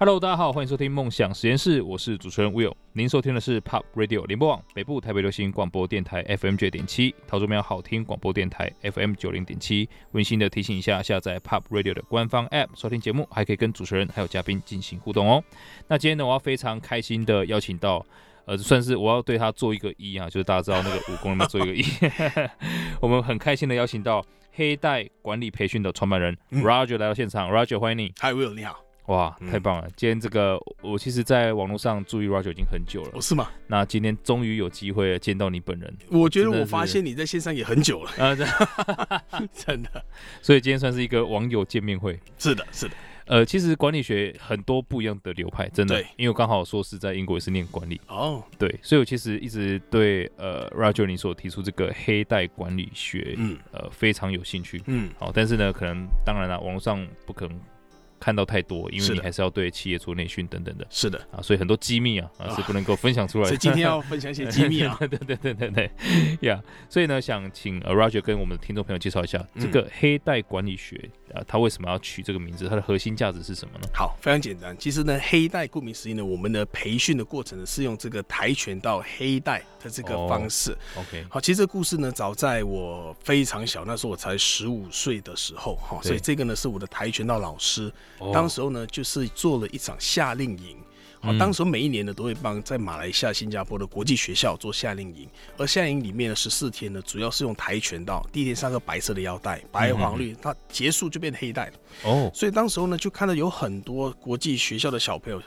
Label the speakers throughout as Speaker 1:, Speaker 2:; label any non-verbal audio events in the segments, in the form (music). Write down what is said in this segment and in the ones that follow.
Speaker 1: Hello，大家好，欢迎收听梦想实验室，我是主持人 Will。您收听的是 Pop Radio 联播网北部台北流行广播电台 FM 九点七，桃竹苗好听广播电台 FM 九零点七。温馨的提醒一下，下载 Pop Radio 的官方 App 收听节目，还可以跟主持人还有嘉宾进行互动哦。那今天呢，我要非常开心的邀请到。呃，算是我要对他做一个揖啊，就是大家知道那个武功里面做一个揖。 (laughs) 我们很开心的邀请到黑带管理培训的创办人 Roger 来到现场，Roger 欢迎你。
Speaker 2: 嗨，Will，你好，
Speaker 1: 哇，
Speaker 2: 嗯
Speaker 1: 太棒了！今天这个我其实在网络上注意 Roger 已经很久了
Speaker 2: 我，是吗？
Speaker 1: 那今天终于有机会见到你本人， (laughs)
Speaker 2: 我觉得
Speaker 1: 真
Speaker 2: 我
Speaker 1: 的是
Speaker 2: 发现你在线上也很久了， (laughs)
Speaker 1: 呃，这
Speaker 2: 真的，
Speaker 1: (laughs) 所以今天算是一个网友见面会。
Speaker 2: 是的，是的，
Speaker 1: 呃，其实管理学很多不一样的流派，真的
Speaker 2: 对，
Speaker 1: 因为我刚好说是在英国也是念管理，
Speaker 2: 哦，
Speaker 1: 对，所以我其实一直对呃 Roger 你所提出这个黑带管理学，
Speaker 2: 嗯
Speaker 1: 呃，非常有兴趣。
Speaker 2: 嗯，
Speaker 1: 好，但是呢，可能当然啦，网络上不可能看到太多，因为
Speaker 2: 是
Speaker 1: 你
Speaker 2: 的
Speaker 1: 还是要对企业做内训等等的
Speaker 2: 是的，
Speaker 1: 啊，所以很多机密啊啊
Speaker 2: 啊
Speaker 1: 是不能够分享出来的。
Speaker 2: 所以今天要分享
Speaker 1: (laughs)
Speaker 2: 一些机密啊，
Speaker 1: 对对对对对对，呀、所以呢，想请呃 Roger 跟我们的听众朋友介绍一下、
Speaker 2: 嗯
Speaker 1: 这个黑带管理学啊，它为什么要取这个名字？它的核心价值是什么呢？
Speaker 2: 好，非常简单。其实呢，黑带顾名思义呢，我们的培训的过程呢是用这个跆拳道黑带的这个
Speaker 1: 哦
Speaker 2: 方式。
Speaker 1: OK，
Speaker 2: 好，其实这个故事呢，早在我非常小，那时候我才十五岁的时候，哈，
Speaker 1: 对
Speaker 2: 所以这个呢是我的跆拳道老师，
Speaker 1: 哦
Speaker 2: 当时候呢就是做了一场夏令营。好，
Speaker 1: 嗯
Speaker 2: 当时候每一年呢都会帮在马来西亚、新加坡的国际学校做夏令营，而夏令营里面呢十四天呢，主要是用跆拳道，第一天上个白色的腰带，白黄
Speaker 1: 嗯
Speaker 2: 绿，它结束就变黑带了。
Speaker 1: 哦，
Speaker 2: 所以当时候呢，就看到有很多国际学校的小朋友，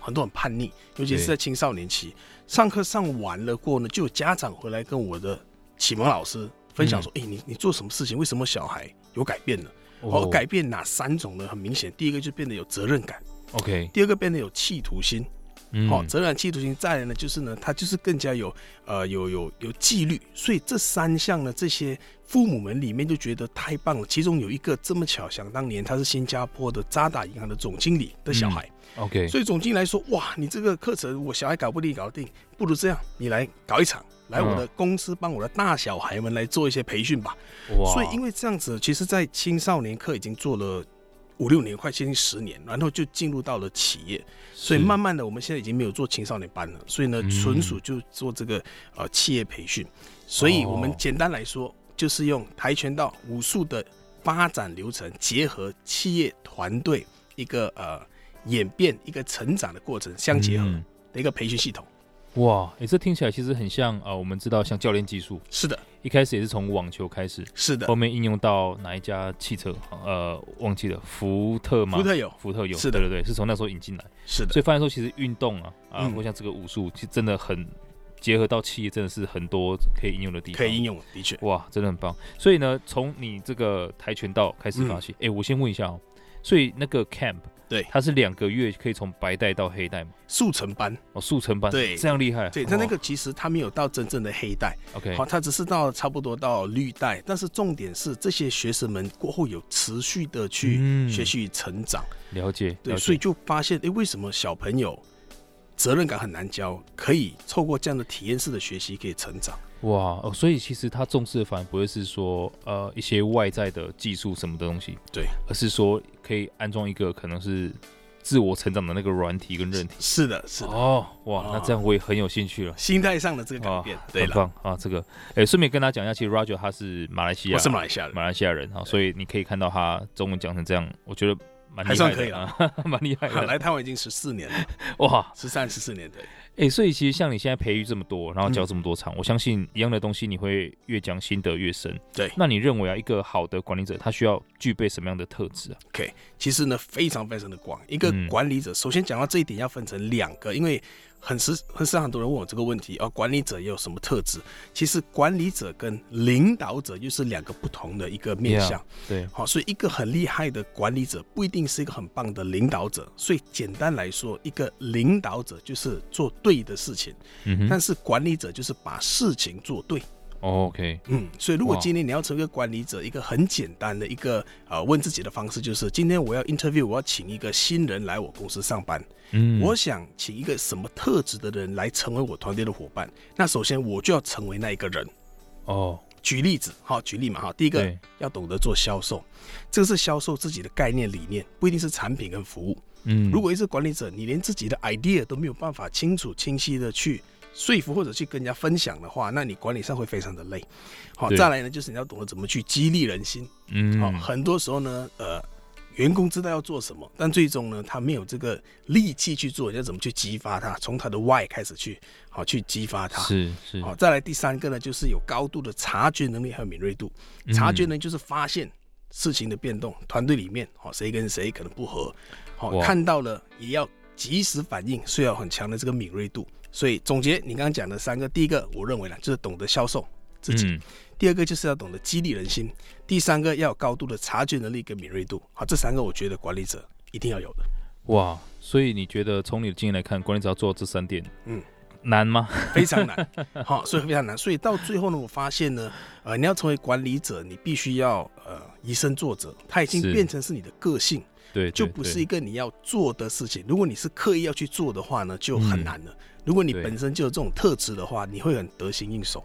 Speaker 2: 很多很叛逆，尤其是在青少年期，上课上完了过后呢，就有家长回来跟我的启蒙老师分
Speaker 1: 嗯
Speaker 2: 享说：“哎、你你做什么事情？为什么小孩有改变了？哦，改变哪三种呢？很明显，第一个就变得有责任感，
Speaker 1: OK，
Speaker 2: 第二个变得有企图心，
Speaker 1: 嗯，
Speaker 2: 哦，责任感、企图心，再来呢，就是呢，他就是更加有呃有有有纪律，所以这三项呢，这些父母们里面就觉得太棒了。其中有一个这么巧，想当年他是新加坡的渣打银行的总经理的小孩，
Speaker 1: OK，
Speaker 2: 所以总经理来说，哇，你这个课程我小孩搞不定，搞得定，不如这样，你来搞一场，来我的公司帮我的大小孩们来做一些培训吧。
Speaker 1: 哇
Speaker 2: 所以因为这样子，其实，在青少年课已经做了五六年，快接近十年，然后就进入到了企业。所以
Speaker 1: 是
Speaker 2: 慢慢的，我们现在已经没有做青少年班了，所以呢
Speaker 1: 嗯，
Speaker 2: 纯属就做这个呃企业培训。所以我们
Speaker 1: 哦
Speaker 2: 简单来说，就是用跆拳道武术的发展流程，结合企业团队一个呃演变、一个成长的过程相结合
Speaker 1: 嗯
Speaker 2: 的一个培训系统。
Speaker 1: 哇，诶，这听起来其实很像呃，我们知道像教练技术，
Speaker 2: 是的，
Speaker 1: 一开始也是从网球开始，
Speaker 2: 是的
Speaker 1: 后，面应用到哪一家汽车？呃，忘记了，福特吗？
Speaker 2: 福特有，
Speaker 1: 福特有，
Speaker 2: 是的
Speaker 1: 对对对，是从那时候引进来。
Speaker 2: 是的，
Speaker 1: 所以发现说，其实运动啊，啊，
Speaker 2: 嗯
Speaker 1: 或像这个武术，其实真的很结合到企业，真的是很多可以应用的地方。
Speaker 2: 可以应用，的确。
Speaker 1: 哇，真的很棒。所以呢，从你这个跆拳道开始
Speaker 2: 嗯
Speaker 1: 发起，哎、我先问一下哦，所以那个 camp，
Speaker 2: 对
Speaker 1: 它是两个月可以从白带到黑带嘛？
Speaker 2: 速成班，
Speaker 1: 哦，速成班，
Speaker 2: 对
Speaker 1: 这样厉害。
Speaker 2: 对，
Speaker 1: 哇
Speaker 2: 但那个其实他没有到真正的黑带，
Speaker 1: OK，
Speaker 2: 好，他只是到差不多到绿带，但是重点是这些学生们过后有持续的去
Speaker 1: 嗯
Speaker 2: 学习与成长，
Speaker 1: 了解，
Speaker 2: 对，
Speaker 1: 了解
Speaker 2: 所以就发现，诶，为什么小朋友责任感很难教，可以透过这样的体验式的学习可以成长？
Speaker 1: 哇、哦，所以其实他重视的反而不会是说呃一些外在的技术什么的东西，
Speaker 2: 对，
Speaker 1: 而是说可以安装一个可能是自我成长的那个软体跟韧体。
Speaker 2: 是的，是的，
Speaker 1: 哦，哇，那
Speaker 2: 啊
Speaker 1: 这样我也很有兴趣了。
Speaker 2: (laughs) 心态上的这个改
Speaker 1: 哇，
Speaker 2: 变，对
Speaker 1: 很
Speaker 2: 了，
Speaker 1: 棒啊！这个，哎，顺便跟大家讲一下，其实 Roger 他是马来西亚，
Speaker 2: 我是马来西亚人，
Speaker 1: 啊马来西亚人啊，所以你可以看到他中文讲成这样，我觉得蛮厉害的，
Speaker 2: 还算可以
Speaker 1: 啊， (laughs) 蛮厉
Speaker 2: (laughs)
Speaker 1: 害的。
Speaker 2: 来台湾已经十四年了，
Speaker 1: 哇，
Speaker 2: 十三十四年，对，
Speaker 1: 哎，所以其实像你现在培育这么多，然后
Speaker 2: 嗯
Speaker 1: 教这么多场，我相信一样的东西你会越讲心得越深。
Speaker 2: 对
Speaker 1: 那你认为啊，一个好的管理者他需要具备什么样的特质啊？
Speaker 2: 其实呢非常非常的广。一个
Speaker 1: 嗯
Speaker 2: 管理者，首先讲到这一点要分成两个，因为很时很时常很多人问我这个问题啊，管理者有什么特质？其实管理者跟领导者又是两个不同的一个面向。
Speaker 1: 对，
Speaker 2: 好，所以一个很厉害的管理者不一定是一个很棒的领导者。所以简单来说，一个领导者就是做对的事情，
Speaker 1: 嗯哼哦
Speaker 2: 但是管理者就是把事情做对。
Speaker 1: ，OK，
Speaker 2: 嗯，所以如果
Speaker 1: 哇
Speaker 2: 今天你要成为一个管理者，一个很简单的一个呃问自己的方式就是：今天我要 interview，我要请一个新人来我公司上班，
Speaker 1: 嗯，
Speaker 2: 我想请一个什么特质的人来成为我团队的伙伴。那首先我就要成为那一个人，
Speaker 1: 哦，
Speaker 2: 举例子，好，举例嘛，哈，第一个
Speaker 1: 对，
Speaker 2: 要懂得做销售，这个是销售自己的概念理念，不一定是产品跟服务。
Speaker 1: 嗯，
Speaker 2: 如果一是管理者，你连自己的 idea 都没有办法清楚清晰的去说服或者去跟人家分享的话，那你管理上会非常的累。好，
Speaker 1: 对
Speaker 2: 再来呢，就是你要懂得怎么去激励人心。
Speaker 1: 嗯，
Speaker 2: 好、很多时候呢，呃，员工知道要做什么，但最终呢，他没有这个力气去做，你要怎么去激发他？从他的 why 开始去，好、去激发他。
Speaker 1: 是是，
Speaker 2: 好、哦再来第三个呢，就是有高度的察觉能力还有敏锐度。察觉
Speaker 1: 嗯
Speaker 2: 呢，就是发现事情的变动，团队里面哦，谁跟谁可能不合，哦，
Speaker 1: 哇
Speaker 2: 看到了也要及时反应，是要很强的这个敏锐度。所以总结你刚刚讲的三个，第一个我认为呢，就是懂得销售自己；
Speaker 1: 嗯
Speaker 2: 第二个就是要懂得激励人心；第三个要有高度的察觉能力跟敏锐度。好，这三个我觉得管理者一定要有的。
Speaker 1: 哇，所以你觉得从你的经验来看，管理者要做这三点，
Speaker 2: 嗯，
Speaker 1: 难吗？
Speaker 2: 非常难， (laughs) 好、所以非常难。所以到最后呢，我发现呢，呃，你要成为管理者，你必须要呃以身作则，它已经
Speaker 1: 是
Speaker 2: 变成是你的个性，
Speaker 1: 对，
Speaker 2: 就
Speaker 1: 对
Speaker 2: 不
Speaker 1: 对
Speaker 2: 是一个你要做的事情。如果你是刻意要去做的话呢，就很难了。如果你
Speaker 1: 嗯对
Speaker 2: 本身就有这种特质的话，你会很得心应手。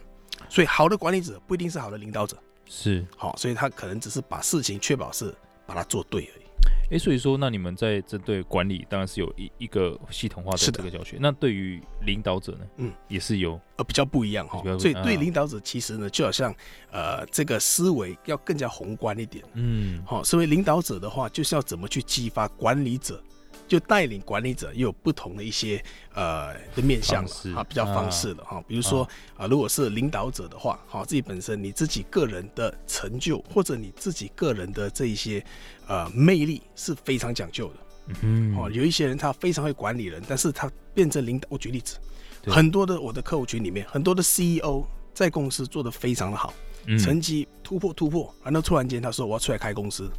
Speaker 2: 所以，好的管理者不一定是好的领导者，
Speaker 1: 是
Speaker 2: 好、所以他可能只是把事情确保是把它做对而已。
Speaker 1: 哎，所以说，那你们在针对管理，当然是有一一个系统化的
Speaker 2: 是的
Speaker 1: 这个教学。那对于领导者呢，
Speaker 2: 嗯，
Speaker 1: 也是有，
Speaker 2: 呃，比较不一样哈、
Speaker 1: 比较不
Speaker 2: 所以
Speaker 1: 啊
Speaker 2: 对领导者其实呢，就好像呃，这个思维要更加宏观一点。
Speaker 1: 嗯，
Speaker 2: 好、身为领导者的话，就是要怎么去激发管理者，就带领管理者也有不同的一些呃的面向了
Speaker 1: 方式
Speaker 2: 啊，比较方式了哈、比如说啊、如果是领导者的话，好、自己本身你自己个人的成就或者你自己个人的这一些呃魅力是非常讲究的。
Speaker 1: 嗯
Speaker 2: 哦，有一些人他非常会管理人，但是他变成领导。我举例子，
Speaker 1: 对
Speaker 2: 很多的我的客户群里面，很多的 CEO 在公司做的非常的好，
Speaker 1: 嗯
Speaker 2: 成绩突破突破，然后突然间他说我要出来开公司，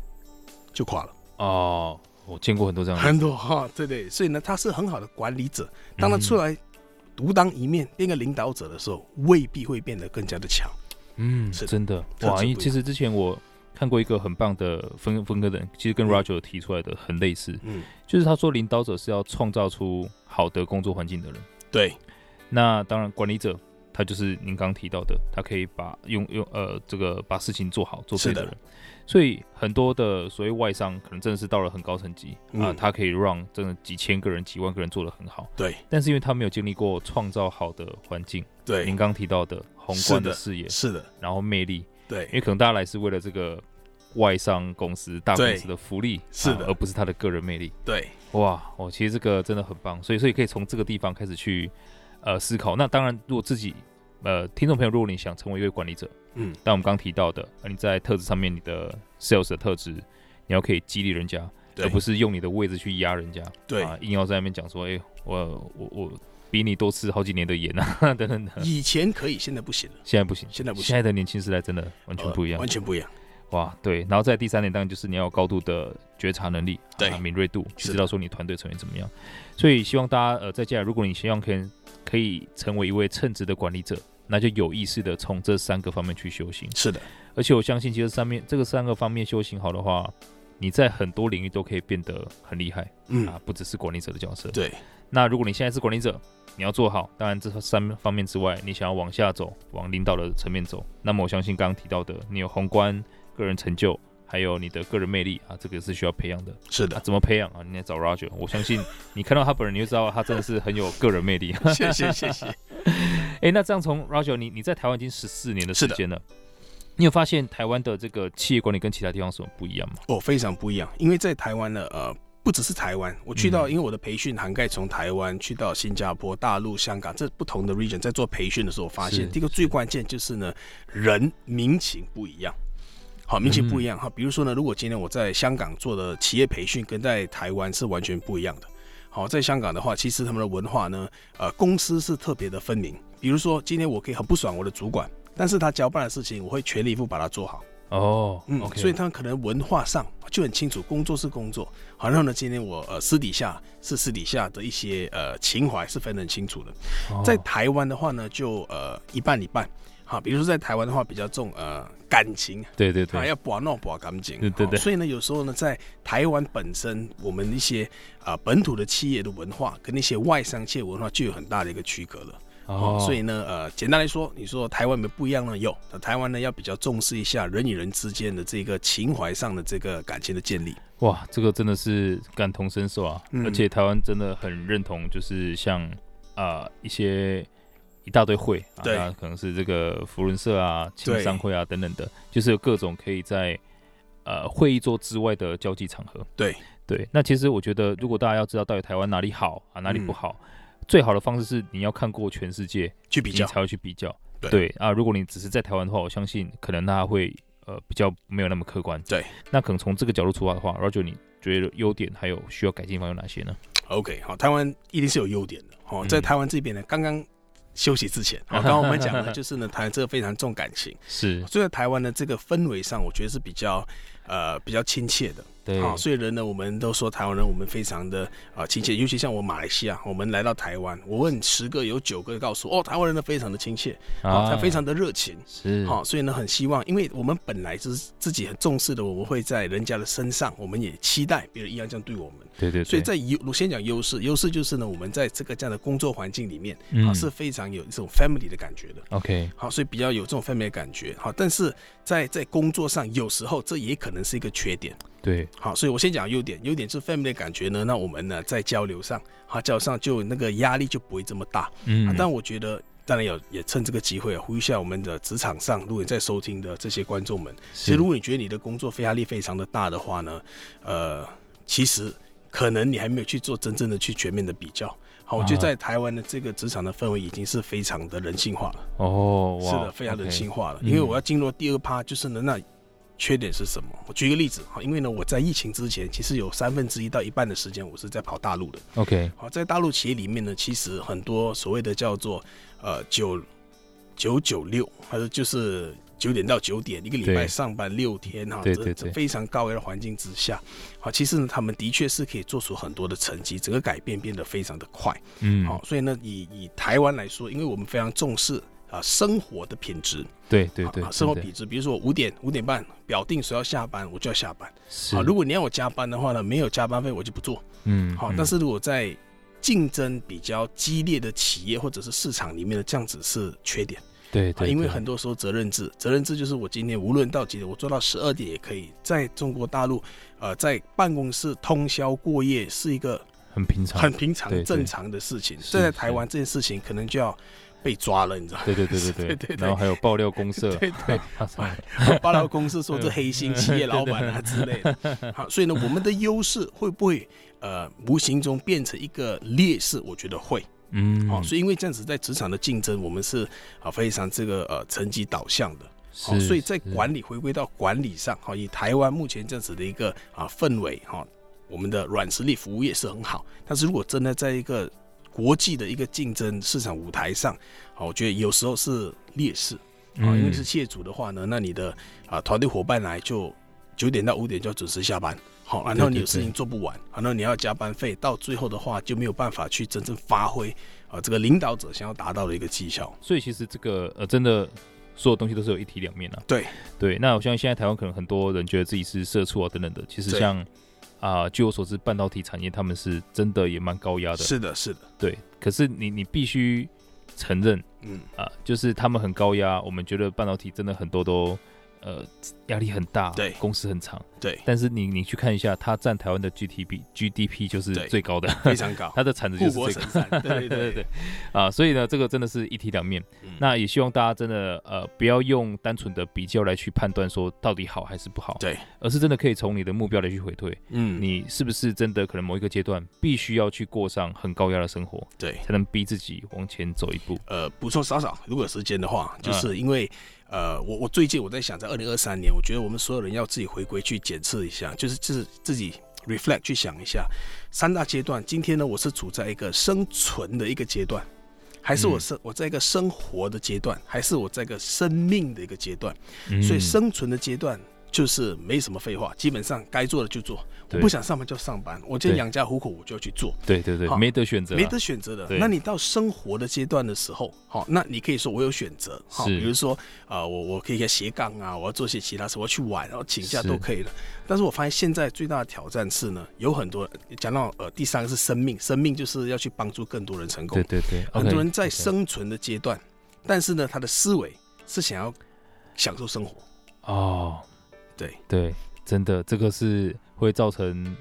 Speaker 2: 就垮了，
Speaker 1: 哦，我见过很多这样的，
Speaker 2: 很多哈、对对，所以呢，他是很好的管理者，
Speaker 1: 嗯
Speaker 2: 当他出来独当一面变个领导者的时候，未必会变得更加的强。
Speaker 1: 嗯，
Speaker 2: 是
Speaker 1: 真的，
Speaker 2: 特质
Speaker 1: 哇，因为
Speaker 2: 不一
Speaker 1: 其实之前我看过一个很棒的分分割的人，其实跟
Speaker 2: 嗯
Speaker 1: Roger 提出来的很类似，
Speaker 2: 嗯，
Speaker 1: 就是他说领导者是要创造出好的工作环境的人。
Speaker 2: 对，
Speaker 1: 那当然，管理者他就是您刚提到的，他可以把用用呃这个把事情做好做对
Speaker 2: 是的
Speaker 1: 人。所以很多的所谓外商，可能真的是到了很高层级啊、
Speaker 2: 嗯
Speaker 1: 他可以让真的几千个人、几万个人做得很好。
Speaker 2: 对，
Speaker 1: 但是因为他没有经历过创造好的环境，您
Speaker 2: 对，
Speaker 1: 刚提到的宏观
Speaker 2: 是
Speaker 1: 的
Speaker 2: 的
Speaker 1: 视野，
Speaker 2: 是的，
Speaker 1: 然后魅力，因为
Speaker 2: 对，
Speaker 1: 可能大家来是为了这个外商公司、大公
Speaker 2: 对
Speaker 1: 司的福利，
Speaker 2: 是
Speaker 1: 啊
Speaker 2: 的
Speaker 1: 而不是他的个人魅力。
Speaker 2: 对，
Speaker 1: 哇，哦，其实这个真的很棒，所以所以可以从这个地方开始去呃思考。那当然，如果自己呃听众朋友，如果你想成为一位管理者，
Speaker 2: 嗯，
Speaker 1: 但我们刚刚提到的，呃你在特质上面，你的 sales 的特质，你要可以激励人家，而
Speaker 2: 对
Speaker 1: 不，是用你的位置去压人家，
Speaker 2: 对。
Speaker 1: 啊，硬要在那边讲说，哎、我我我比你多吃好几年的盐啊， (laughs) 等等的。
Speaker 2: 以前可以，现在不行了，
Speaker 1: 现在不行，
Speaker 2: 现在不行
Speaker 1: 现在的年轻时代真的完全不一样
Speaker 2: 呃，完全不一样。
Speaker 1: 哇，对，然后在第三点，当然就是你要有高度的觉察能力，
Speaker 2: 对
Speaker 1: 啊、敏锐度，
Speaker 2: 是
Speaker 1: 去
Speaker 2: 的
Speaker 1: 知道说你团队成员怎么样。所以希望大家呃，在接下来，如果你希望可以可以成为一位称职的管理者，那就有意识的从这三个方面去修行。
Speaker 2: 是的，
Speaker 1: 而且我相信，其实上面这个三个方面修行好的话，你在很多领域都可以变得很厉害、
Speaker 2: 嗯，
Speaker 1: 啊，不只是管理者的角色。
Speaker 2: 对，
Speaker 1: 那如果你现在是管理者，你要做好，当然这三方面之外，你想要往下走，往领导的层面走，那么我相信刚刚提到的，你有宏观、个人成就，还有你的个人魅力啊，这个是需要培养的。
Speaker 2: 是
Speaker 1: 啊 (laughs)
Speaker 2: 的，
Speaker 1: 怎么培养啊？你来找 Roger，我相信你看到他本人，你就知道他真的是很有个人魅
Speaker 2: (laughs)
Speaker 1: 力。
Speaker 2: 谢谢，谢谢。
Speaker 1: 诶，那这样从 Roger，你你在台湾已经十四年的时
Speaker 2: 是的
Speaker 1: 间了，你有发现台湾的这个企业管理跟其他地方有什么不一样吗？
Speaker 2: 哦，非常不一样，因为在台湾呢，呃，不只是台湾，我去到，
Speaker 1: 嗯
Speaker 2: 因为我的培训涵盖从台湾去到新加坡、大陆、香港这不同的 region，在做培训的时候，我发
Speaker 1: 是
Speaker 2: 现第一个最关键就是呢，人民情不一样。好，民情不一样哈。比如说呢，如果今天我在香港做的企业培训，跟在台湾是完全不一样的。好，在香港的话，其实他们的文化呢，呃，公司是特别的分明。比如说，今天我可以很不爽我的主管，但是他交办的事情，我会全力以赴把它做好。
Speaker 1: 哦、
Speaker 2: 嗯
Speaker 1: o k
Speaker 2: 所以他可能文化上就很清楚，工作是工作。好，然后呢，今天我呃私底下是私底下的一些呃情怀是分得很清楚的。
Speaker 1: 哦
Speaker 2: 在台湾的话呢，就呃一半一半。好，比如说在台湾的话比较重呃感情，
Speaker 1: 对对
Speaker 2: 啊
Speaker 1: 对，
Speaker 2: 要把弄把干净。
Speaker 1: 对对
Speaker 2: 好
Speaker 1: 对
Speaker 2: 所以呢，有时候呢，在台湾本身，我们一些啊、呃本土的企业的文化跟那些外商企业文化就有很大的一个区隔了。
Speaker 1: 哦
Speaker 2: 所以呢，呃，简单来说，你说台湾有没有不一样呢？有，那台湾呢要比较重视一下人与人之间的这个情怀上的这个感情的建立。
Speaker 1: 哇，这个真的是感同身受啊！
Speaker 2: 嗯
Speaker 1: 而且台湾真的很认同，就是像啊、一些一大堆会啊，
Speaker 2: 对
Speaker 1: 那可能是这个福伦社啊、青商会啊等等的，就是有各种可以在呃会议桌之外的交际场合。
Speaker 2: 对
Speaker 1: 对，那其实我觉得，如果大家要知道到底台湾哪里好啊，哪里
Speaker 2: 嗯
Speaker 1: 不好，最好的方式是你要看过全世界，
Speaker 2: 去比较
Speaker 1: 你，才会去比较。
Speaker 2: 对
Speaker 1: 啊，如果你只是在台湾的话，我相信可能大家会呃比较没有那么客观。
Speaker 2: 对，
Speaker 1: 那可能从这个角度出发的话，Roger，你觉得优点还有需要改进方有哪些呢？
Speaker 2: OK，好，台湾一定是有优点的。哦，
Speaker 1: 嗯
Speaker 2: 在台湾
Speaker 1: (laughs)
Speaker 2: 这边呢，刚刚休息之前，哦，刚刚我们讲的就是呢，台湾这个非常重感
Speaker 1: (laughs)
Speaker 2: 情，
Speaker 1: 是
Speaker 2: 所以台湾的这个氛围上，我觉得是比较呃比较亲切的。
Speaker 1: 对
Speaker 2: 啊、所以人呢，我们都说台湾人，我们非常的啊亲切，尤其像我马来西亚，我们来到台湾，我问十个有九个告诉我，哦，台湾人呢非常的亲切，啊，他非常的热情。
Speaker 1: 是
Speaker 2: 好、所以呢，很希望，因为我们本来就是自己很重视的，我们会在人家的身上，我们也期待别人一样这样对我们。
Speaker 1: 对对对，
Speaker 2: 所以在优，先讲优势，优势就是呢，我们在这个这样的工作环境里面啊，
Speaker 1: 嗯
Speaker 2: 是非常有一种 family 的感觉的。
Speaker 1: OK
Speaker 2: 好，所以比较有这种 family 的感觉。好，但是在在工作上，有时候这也可能是一个缺点。
Speaker 1: 对
Speaker 2: 好，所以我先讲优点，优点是 family 的感觉呢，那我们呢在交流上，好交流上就那个压力就不会这么大。
Speaker 1: 嗯
Speaker 2: 啊，但我觉得。当然有，也趁这个机会啊，呼吁一下我们的职场上，如果你在收听的这些观众们，其
Speaker 1: 是
Speaker 2: 实如果你觉得你的工作非压力非常的大的话呢，呃，其实可能你还没有去做真正的去全面的比较。好，我觉得
Speaker 1: 啊
Speaker 2: 在台湾的这个职场的氛围已经是非常的人性化了，
Speaker 1: 哦哇
Speaker 2: 是的，非常人性
Speaker 1: OK
Speaker 2: 化了。
Speaker 1: 嗯
Speaker 2: 因为我要进入第二趴，就是呢，那缺点是什么？我举一个例子哈，因为呢，我在疫情之前，其实有三分之一到一半的时间我是在跑大陆的。
Speaker 1: OK
Speaker 2: 好，在大陆企业里面呢，其实很多所谓的叫做呃九九九六，还是就是九点到九点，一个礼拜
Speaker 1: 对
Speaker 2: 上班六天哈，
Speaker 1: 对
Speaker 2: 这
Speaker 1: 对
Speaker 2: 这
Speaker 1: 对
Speaker 2: 非常高压的环境之下，好，其实呢，他们的确是可以做出很多的成绩，整个改变变得非常的快。
Speaker 1: 嗯
Speaker 2: 好、所以呢，以以台湾来说，因为我们非常重视。啊，生活的品质，
Speaker 1: 对对对
Speaker 2: 啊生活
Speaker 1: 真的
Speaker 2: 品质，比如说我五点五点半表定说要下班，我就要下班。
Speaker 1: 是
Speaker 2: 啊，如果你让我加班的话呢，没有加班费我就不做。
Speaker 1: 嗯
Speaker 2: 好，
Speaker 1: 嗯
Speaker 2: 但是如果在竞争比较激烈的企业或者是市场里面的这样子是缺点
Speaker 1: 对
Speaker 2: 啊，
Speaker 1: 对
Speaker 2: 因为
Speaker 1: 对
Speaker 2: 很多时候责任制，责任制就是我今天无论到几点，我做到十二点也可以。在中国大陆，呃，在办公室通宵过夜是一个
Speaker 1: 很平常
Speaker 2: 很平常
Speaker 1: 对、对
Speaker 2: 正常的事情，
Speaker 1: 是
Speaker 2: 这在台湾这件事情可能就要被抓了，你知道吗？
Speaker 1: 对对对
Speaker 2: (laughs) 对
Speaker 1: 对
Speaker 2: 对对
Speaker 1: 然后还有爆料公社
Speaker 2: 对对，
Speaker 1: 啊什么
Speaker 2: 爆料公司
Speaker 1: 嗯
Speaker 2: 说这黑心企业老板啊之
Speaker 1: (laughs)
Speaker 2: 类的。好，所以呢，我们的优势会不会呃无形中变成一个劣势？我觉得会。
Speaker 1: (laughs) 嗯
Speaker 2: 好、哦所以因为这样子在职场的竞争，我们是啊非常这个呃成绩导向的。好、
Speaker 1: 是
Speaker 2: 所以在
Speaker 1: 是
Speaker 2: 管理回归到管理上，好、以台湾目前这样子的一个啊氛围，哈、我们的软实力服务业是很好，但是如果真的在一个国际的一个竞争市场舞台上，哦好、我觉得有时候是劣势啊、因为
Speaker 1: 嗯
Speaker 2: 是企业主的话呢，那你的啊团队伙伴来就九点到五点就要准时下班，好、然后你有
Speaker 1: 对对
Speaker 2: 事情做不完，然后你要加班费，到最后的话就没有办法去真正发挥啊、这个领导者想要达到的一个绩效。
Speaker 1: 所以其实这个呃，真的所有东西都是有一体两面啊。
Speaker 2: 对
Speaker 1: 对，那我相信现在台湾可能很多人觉得自己是社畜啊等等的，其实
Speaker 2: 对
Speaker 1: 像啊、据我所知，半导体产业他们是真的也蛮高压的，
Speaker 2: 是的，是的，
Speaker 1: 对。可是你你必须承认
Speaker 2: 嗯，
Speaker 1: 啊、就是他们很高压，我们觉得半导体真的很多都呃压力很大，
Speaker 2: 对
Speaker 1: 工时很长。 (laughs)，
Speaker 2: 对
Speaker 1: 但是你你去看一下，它占台湾的 GDP GDP 就是
Speaker 2: 对
Speaker 1: 最
Speaker 2: (laughs)
Speaker 1: 高的，
Speaker 2: 非常高，
Speaker 1: (laughs) 它的产值就
Speaker 2: 护
Speaker 1: 是
Speaker 2: 国
Speaker 1: 最高
Speaker 2: 神。山，
Speaker 1: 对对
Speaker 2: 对对对
Speaker 1: (laughs) 对，啊，所以呢，这个真的是一体两面。
Speaker 2: 嗯
Speaker 1: 那也希望大家真的呃，不要用单纯的比较来去判断说到底好还是不好，
Speaker 2: 对，
Speaker 1: 而是真的可以从你的目标来去回推，
Speaker 2: 嗯，
Speaker 1: 你是不是真的可能某一个阶段必须要去过上很高压的生活，
Speaker 2: 对。
Speaker 1: 才能逼自己往前走一步。
Speaker 2: 呃，补充少少，如果有时间的话，就是
Speaker 1: 嗯
Speaker 2: 因为，呃，我我最近我在想，在二零二三年，我觉得我们所有人要自己回归去检测一下，就是自自己 reflect 去想一下三大阶段。今天呢，我是处在一个生存的一个阶段，还是我
Speaker 1: 嗯
Speaker 2: 生、我在一个生活的阶段，还是我在一个生命的一个阶段？
Speaker 1: 嗯
Speaker 2: 所以生存的阶段就是没什么废话，基本上该做的就做。我
Speaker 1: 对
Speaker 2: 不想上班就上班，我今天
Speaker 1: 对
Speaker 2: 养家糊口我就要去做，
Speaker 1: 对对对，
Speaker 2: 好
Speaker 1: 没得选择啦，
Speaker 2: 啊
Speaker 1: 啊
Speaker 2: 没得选择的
Speaker 1: 对。
Speaker 2: 那你到生活的阶段的时候，好，那你可以说我有选择，好，
Speaker 1: 是
Speaker 2: 比如说啊、呃我我可以要斜杠啊，我要做些其他事，我要去玩，然后请假
Speaker 1: 是
Speaker 2: 都可以的。但是我发现现在最大的挑战是呢，有很多讲到呃，第三个是生命，生命就是要去帮助更多人成功
Speaker 1: 对。对对，
Speaker 2: 很
Speaker 1: OK，
Speaker 2: 多人在
Speaker 1: OK
Speaker 2: 生存的阶段，但是呢，他的思维是想要享受生活。
Speaker 1: 哦，
Speaker 2: 对
Speaker 1: 对，真的，这个是会造成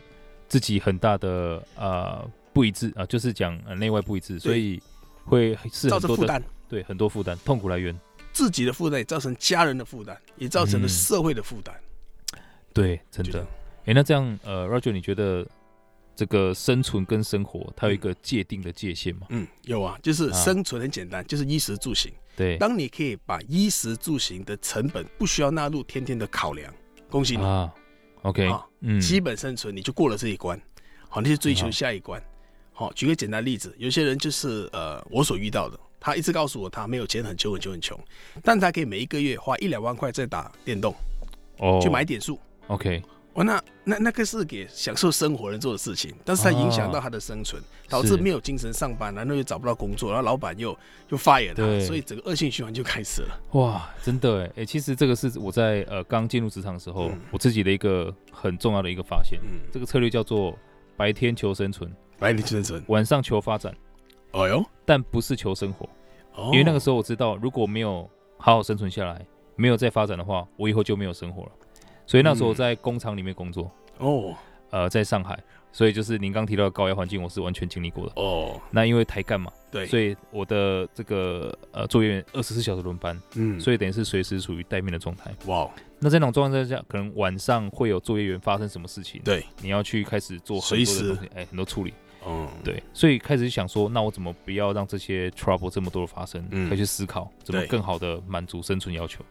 Speaker 1: 自己很大的呃不一致啊、就是讲呃内外不一致，所以会是
Speaker 2: 造
Speaker 1: 很
Speaker 2: 成
Speaker 1: 多
Speaker 2: 负
Speaker 1: 的
Speaker 2: 担，
Speaker 1: 对很多负担，痛苦来源。
Speaker 2: 自己的负担也造成家人的负担，也造成了
Speaker 1: 嗯
Speaker 2: 社会的负担。
Speaker 1: 对，真
Speaker 2: 就这
Speaker 1: 的
Speaker 2: 样。
Speaker 1: 哎，那这样呃，Roger，你觉得这个生存跟生活它有一个界定的界限吗？
Speaker 2: 嗯，有啊，就是
Speaker 1: 啊
Speaker 2: 生存很简单，就是衣食住行。
Speaker 1: 对
Speaker 2: 当你可以把衣食住行的成本不需要纳入天天的考量，恭喜你，
Speaker 1: 啊，OK，
Speaker 2: 啊
Speaker 1: 嗯，
Speaker 2: 基本生存你就过了这一关，好，你去追求下一关。好，举个简单例子，有些人就是呃，我所遇到的，他一直告诉我他没有钱，很穷，很穷，很穷，但他可以每一个月花一两万块在打电动，
Speaker 1: 哦
Speaker 2: 去买点数。
Speaker 1: ，OK，
Speaker 2: 哦，那那那个是给享受生活人做的事情，但是他影响到他的生存，导致
Speaker 1: 哦是
Speaker 2: 没有精神上班，然后又找不到工作，然后老板又又 fire 他，
Speaker 1: 对
Speaker 2: 所以整个恶性循环就开始了。
Speaker 1: 哇，真的哎，哎，其实这个是我在呃刚进入职场的时候，
Speaker 2: 嗯
Speaker 1: 我自己的一个很重要的一个发现。
Speaker 2: 嗯，
Speaker 1: 这个策略叫做白天求生存，
Speaker 2: 白领生存，
Speaker 1: 晚上求发展，
Speaker 2: 哦哟，
Speaker 1: 但不是求生活。
Speaker 2: 哦
Speaker 1: 因为那个时候我知道，如果没有好好生存下来，没有再发展的话，我以后就没有生活了。所以那时
Speaker 2: 嗯
Speaker 1: 候我在工厂里面工作，
Speaker 2: 哦
Speaker 1: 呃，在上海，所以就是您刚提到的高压环境，我是完全经历过的。
Speaker 2: 哦，
Speaker 1: 那因为抬干嘛，
Speaker 2: 对，
Speaker 1: 所以我的这个呃作业员二十四小时轮班，
Speaker 2: 嗯，
Speaker 1: 所以等于是随时处于待命的状态。
Speaker 2: 以哇，
Speaker 1: 那在那种状态下，可能晚上会有作业员发生什么事情，
Speaker 2: 对，
Speaker 1: 你要去开始做很多的
Speaker 2: 随时
Speaker 1: 东西，哎，很多处理。
Speaker 2: 嗯，
Speaker 1: 对，所以开始想说，那我怎么不要让这些 trouble 这么多的发生？
Speaker 2: 嗯
Speaker 1: 开始去思考怎么
Speaker 2: 对
Speaker 1: 更好的满足生存要求。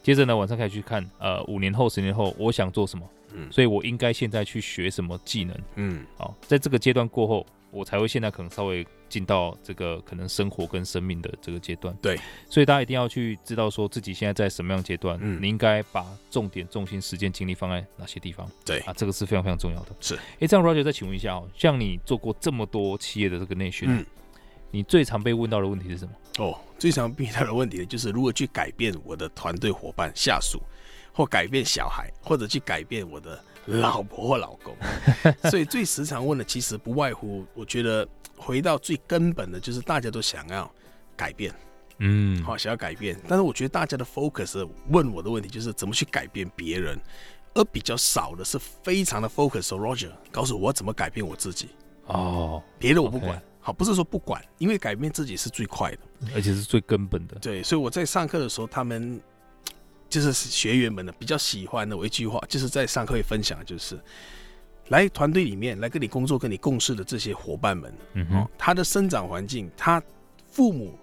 Speaker 1: 接着呢，晚上开始去看，呃，五年后、十年后，我想做什么，
Speaker 2: 嗯
Speaker 1: 所以我应该现在去学什么技能。
Speaker 2: 嗯
Speaker 1: 好，在这个阶段过后，我才会现在可能稍微进到这个可能生活跟生命的这个阶段。
Speaker 2: 对，
Speaker 1: 所以大家一定要去知道说自己现在在什么样的阶段，
Speaker 2: 嗯
Speaker 1: 你应该把重点、重心、时间、精力放在哪些地方。
Speaker 2: 对
Speaker 1: 啊，这个是非常非常重要的。
Speaker 2: 是，
Speaker 1: 哎，这样 Roger 再请问一下哦，像你做过这么多企业的这个内训，
Speaker 2: 嗯
Speaker 1: 你最常被问到的问题是什么？
Speaker 2: 哦，最常遇到的问题就是如何去改变我的团队伙伴、下属，或改变小孩，或者去改变我的老婆或老公。所以最时常问的，其实不外乎，我觉得回到最根本的，就是大家都想要改变，
Speaker 1: 嗯
Speaker 2: 好、想要改变。但是我觉得大家的 focus 问我的问题就是怎么去改变别人，而比较少的是非常的 focus。Roger 哦告诉我怎么改变我自己，
Speaker 1: 哦，
Speaker 2: 别的我不管。
Speaker 1: OK
Speaker 2: 好，不是说不管，因为改变自己是最快的。
Speaker 1: 而且是最根本的。
Speaker 2: 对，所以我在上课的时候，他们就是学员们呢比较喜欢的我一句话，就是在上课会分享，就是来团队里面来跟你工作、跟你共事的这些伙伴们，
Speaker 1: 嗯
Speaker 2: 哦
Speaker 1: 哼，，
Speaker 2: 他的生长环境，他父母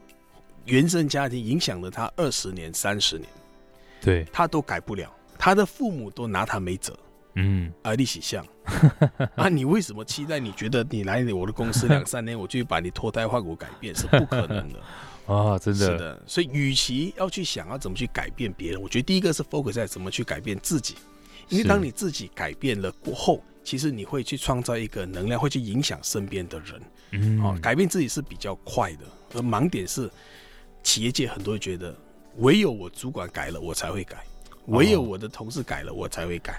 Speaker 2: 原生家庭影响了他二十年、三十年，
Speaker 1: 对，
Speaker 2: 他都改不了，他的父母都拿他没辙。
Speaker 1: 嗯，
Speaker 2: 啊，利息像 (laughs) 啊，你为什么期待？你觉得你来我的公司两三年，我就把你脱胎换骨改变是不可能的。
Speaker 1: 啊，真
Speaker 2: 是
Speaker 1: 的，
Speaker 2: 的，所以与其要去想要怎么去改变别人，我觉得第一个是 focus 在怎么去改变自己，因为
Speaker 1: 是
Speaker 2: 当你自己改变了过后，其实你会去创造一个能量，会去影响身边的人。
Speaker 1: 嗯，
Speaker 2: 哦，改变自己是比较快的，而盲点是企业界很多人觉得，唯有我主管改了，我才会改；唯有我的同事改了，我才会改；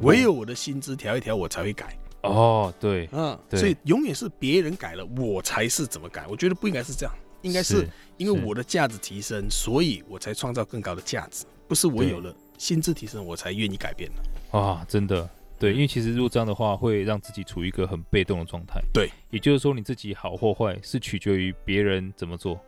Speaker 2: 唯有我的薪资调一调，我才会改。
Speaker 1: 哦，对，
Speaker 2: 嗯，
Speaker 1: 对
Speaker 2: 所以永远是别人改了，我才是怎么改。我觉得不应该是这样，应该是
Speaker 1: 是
Speaker 2: 因为我的价值提升，所以我才创造更高的价值，不是我
Speaker 1: 对
Speaker 2: 有了薪资提升，我才愿意改变的。
Speaker 1: 啊，真的，对，
Speaker 2: 嗯
Speaker 1: 因为其实如果这样的话，会让自己处于一个很被动的状态。
Speaker 2: 对，
Speaker 1: 也就是说，你自己好或坏是取决于别人怎么做，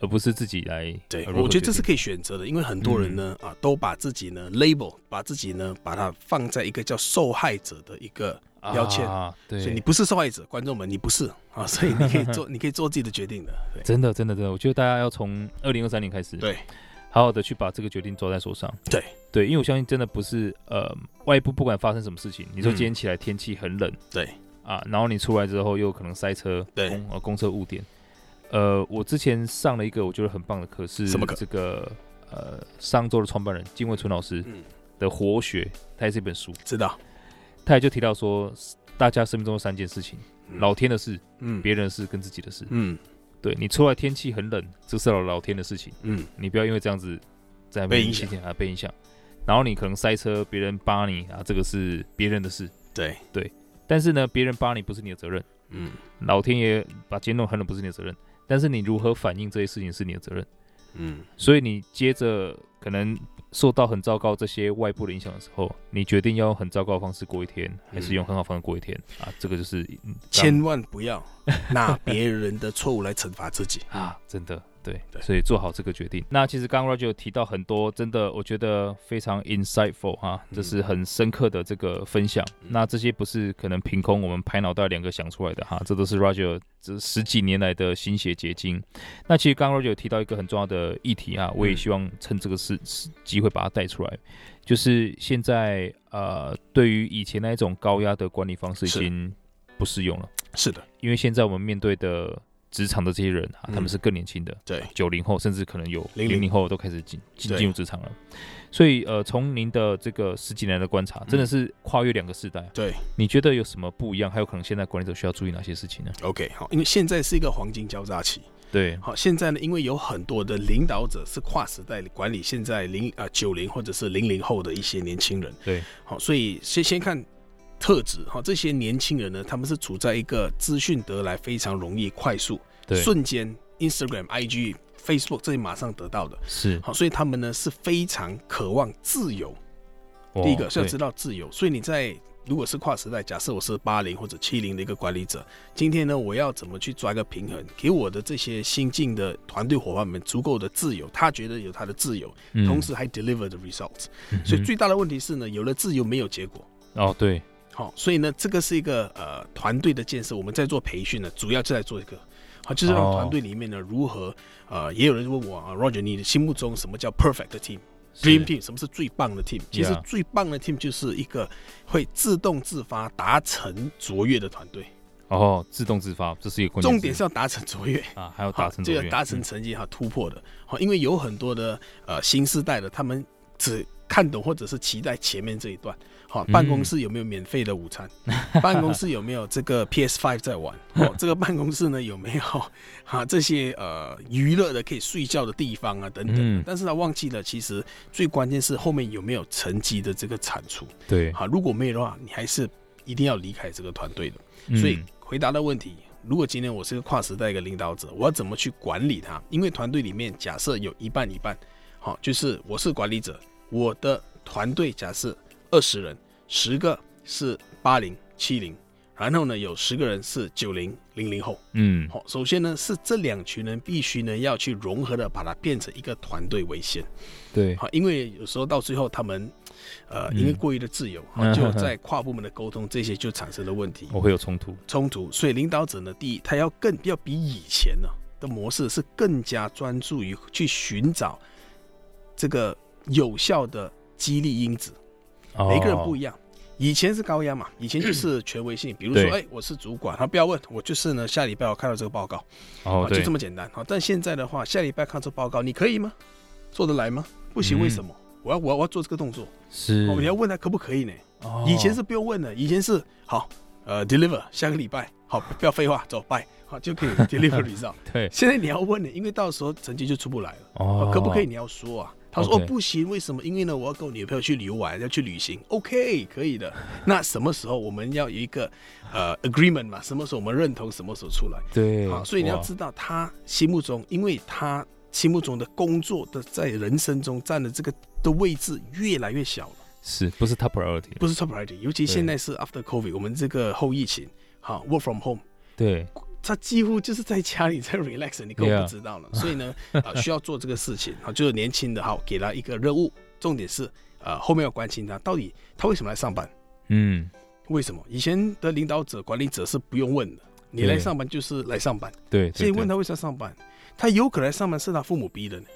Speaker 1: 而不是自己来。
Speaker 2: 对，
Speaker 1: 呃
Speaker 2: 我觉得这是
Speaker 1: 如何决定嗯
Speaker 2: 可以选择的，因为很多人呢、啊，都把自己呢 label，把自己呢把它放在一个叫受害者的一个标签，
Speaker 1: 啊，
Speaker 2: 所以你
Speaker 1: 对，
Speaker 2: 不是受害者，观众们你不是
Speaker 1: (laughs)
Speaker 2: 啊，所以你可以做你可以做自己的决定的，对
Speaker 1: 真的，真的，真的，我觉得大家要从二零二三年开始，
Speaker 2: 对
Speaker 1: 好好的去把这个决定抓在手上。
Speaker 2: 对
Speaker 1: 对，因为我相信，真的不是呃，外部不管发生什么事情，你说
Speaker 2: 嗯
Speaker 1: 今天起来天气很冷
Speaker 2: 对，
Speaker 1: 啊，然后你出来之后又可能塞车，
Speaker 2: 对
Speaker 1: 公呃公车误点。呃，我之前上了一个我觉得很棒的课，是
Speaker 2: 什么课
Speaker 1: 这个呃商周的创办人金惠春老师，
Speaker 2: 嗯
Speaker 1: 的《活学》，它也是一本书，
Speaker 2: 知道，
Speaker 1: 它也就提到说，大家生命中有三件事情：老天的事、
Speaker 2: 嗯，
Speaker 1: 别人的事跟自己的事。
Speaker 2: 嗯
Speaker 1: 对你出来天气很冷，这是老老天的事情，
Speaker 2: 嗯，
Speaker 1: 你不要因为这样子在那
Speaker 2: 被
Speaker 1: 边
Speaker 2: 影响
Speaker 1: 心情啊被影响。然后你可能塞车，别人扒你啊，这个是别人的事。
Speaker 2: 对，
Speaker 1: 但是呢，别人扒你不是你的责任，
Speaker 2: 嗯
Speaker 1: 老天爷把今天弄很冷不是你的责任，但是你如何反应这些事情是你的责任。
Speaker 2: 嗯
Speaker 1: 所以你接着可能受到很糟糕这些外部的影响的时候，你决定要用很糟糕的方式过一天，还是用很好的方式过一天、啊？这个就是嗯
Speaker 2: 千万不要拿别人的错误来惩罚自己。
Speaker 1: 啊，真的对，
Speaker 2: 对
Speaker 1: 所以做好这个决定。那其实刚刚 Roger 有提到很多，真的我觉得非常 insightful 啊，
Speaker 2: 嗯
Speaker 1: 这是很深刻的这个分享。那这些不是可能凭空我们拍脑袋两个想出来的哈、这都是 Roger 这十几年来的心血结晶。那其实刚刚 Roger 有提到一个很重要的议题
Speaker 2: 嗯
Speaker 1: 啊，我也希望趁这个事事机会把它带出来，就是现在呃，对于以前那一种高压的管理方式已
Speaker 2: 是
Speaker 1: 经不适用了。
Speaker 2: 是的，
Speaker 1: 因为现在我们面对的职场的这些人啊，
Speaker 2: 嗯
Speaker 1: 他们是更年轻的，
Speaker 2: 对，
Speaker 1: 九零后甚至可能有
Speaker 2: 00
Speaker 1: 零零后都开始进进
Speaker 2: 对嗯
Speaker 1: 进入职场了。所以呃，从您的这个十几年来的观察，真的是跨越两个世代。啊
Speaker 2: 对
Speaker 1: 你觉得有什么不一样？还有可能现在管理者需要注意哪些事情呢？
Speaker 2: ，OK，好，因为现在是一个黄金交叉期。
Speaker 1: 对，
Speaker 2: 好，现在呢，因为有很多的领导者是跨时代管理现在零啊九零或者是零零后的一些年轻人。
Speaker 1: 对，
Speaker 2: 好，所以先先看特质哈，这些年轻人呢，他们是处在一个资讯得来非常容易、快速、
Speaker 1: 对，
Speaker 2: 瞬间 Instagram、IG、Facebook 这些马上得到的。
Speaker 1: 是
Speaker 2: 好，所以他们呢是非常渴望自由。
Speaker 1: 哦
Speaker 2: 第一个是要知
Speaker 1: 道，
Speaker 2: 道自由，所以你在如果是跨时代，假设我是八零或者七零的一个管理者，今天呢，我要怎么去抓一个平衡，给我的这些新进的团队伙伴们足够的自由，他觉得有他的自由，
Speaker 1: 对
Speaker 2: 同、时还 deliver the results。
Speaker 1: 嗯
Speaker 2: 所以
Speaker 1: 嗯
Speaker 2: 最大的问题是呢，有了自由没有结果。
Speaker 1: 哦，对，
Speaker 2: 好、所以呢，这个是一个呃团队的建设，我们在做培训呢，主要是在做一个。好，就是让
Speaker 1: 哦
Speaker 2: 团队里面呢如何，呃，也有人问我啊，Roger，你的心目中什么叫 perfect 的 team？
Speaker 1: 是
Speaker 2: Dream Team 什么是最棒的 team？其实
Speaker 1: Yeah
Speaker 2: 最棒的 team 就是一个会自动自发达成卓越的团队，
Speaker 1: 哦，自动自发，这是一个关键
Speaker 2: 重
Speaker 1: 字
Speaker 2: 点是要达成卓越，
Speaker 1: 啊，还要达成
Speaker 2: 这
Speaker 1: 卓
Speaker 2: 个
Speaker 1: 越，
Speaker 2: 达成
Speaker 1: 嗯
Speaker 2: 成绩哈突破的。好，因为有很多的呃新时代的他们只看懂或者是期待前面这一段。好，
Speaker 1: 嗯
Speaker 2: 办公室有没有免费的午
Speaker 1: (laughs)
Speaker 2: 餐？办公室有没有这个 PS Five 在玩？
Speaker 1: (laughs)
Speaker 2: 哦，这个办公室呢有没有 (laughs) 啊这些呃娱乐的可以睡觉的地方啊等等？
Speaker 1: 嗯
Speaker 2: 但是他忘记了，其实最关键是后面有没有成绩的这个产出。
Speaker 1: 对，
Speaker 2: 好，如果没有的话，你还是一定要离开这个团队的。
Speaker 1: 嗯
Speaker 2: 所以回答的问题，如果今天我是个跨时代一个领导者，我要怎么去管理他？因为团队里面假设有一半一半，好，就是我是管理者，我的团队假设二十人，十个是八零七零，然后呢有十个人是九零零零后。
Speaker 1: 嗯，
Speaker 2: 好，首先呢是这两群人必须呢要去融合的，把它变成一个团队为先。
Speaker 1: 对，
Speaker 2: 好，因为有时候到最后他们，呃，因为过于的自由，
Speaker 1: 嗯
Speaker 2: 好，就在跨部门的沟通这些就产生了问题
Speaker 1: 我会有冲突，
Speaker 2: 冲突。所以领导者呢，第一，他要更要比以前呢、的模式是更加专注于去寻找这个有效的激励因子。
Speaker 1: 哦
Speaker 2: 每个人不一
Speaker 1: 样，
Speaker 2: 样。以前是高压嘛，以前就是权威性，比如
Speaker 1: 对
Speaker 2: 说，哎，我是主管，他不要问我，就是呢，下礼拜我看到这个报告，
Speaker 1: 哦
Speaker 2: 啊，，就
Speaker 1: 对
Speaker 2: 这，么简单。好，但现在的话，下礼拜看这报告，你可以吗？做得来吗？不行，
Speaker 1: 嗯
Speaker 2: 为什么？我要我要我要做这个动作，
Speaker 1: 是
Speaker 2: 哦，你要问他可不可以呢？
Speaker 1: 哦
Speaker 2: 以前是不用问的，以前是好，呃，deliver 下个礼拜，好，不要废话，走，拜，好
Speaker 1: (laughs)
Speaker 2: 就可以 deliver result。
Speaker 1: 对
Speaker 2: 现在你要问的，因为到时候成绩就出不来了，
Speaker 1: 哦
Speaker 2: 可不可以？你要说啊。他说：“
Speaker 1: OK
Speaker 2: 哦，不行，为什么？因为呢，我要跟我女朋友去旅游玩，要去旅行。OK，可以的。那什么时候我们要有一个呃 agreement 嘛？什么时候我们认同，什么时候出来？
Speaker 1: 对，
Speaker 2: 好，所以你要
Speaker 1: 哇
Speaker 2: 知道他心目中，因为他心目中的工作的在人生中占的这个的位置越来越小了，
Speaker 1: 是不是 top priority？
Speaker 2: 不是 top priority。尤其
Speaker 1: 对
Speaker 2: 现在是 after COVID，我们这个后疫情，好 work from home，
Speaker 1: 对，
Speaker 2: 他几乎就是在家里在 relax，你根本
Speaker 1: Yeah
Speaker 2: 不知道了。所以呢，呃，需要做这个事情，好，就是年轻的，好，给他一个任务，重点是呃后面要关心他到底他为什么来上班。
Speaker 1: 嗯，
Speaker 2: 为什么以前的领导者、管理者是不用问的，你
Speaker 1: 对
Speaker 2: 来上班就是来上班，
Speaker 1: 对，
Speaker 2: 所以问
Speaker 1: 他，
Speaker 2: 他为啥上班，他有可能上班是他父母逼的呢，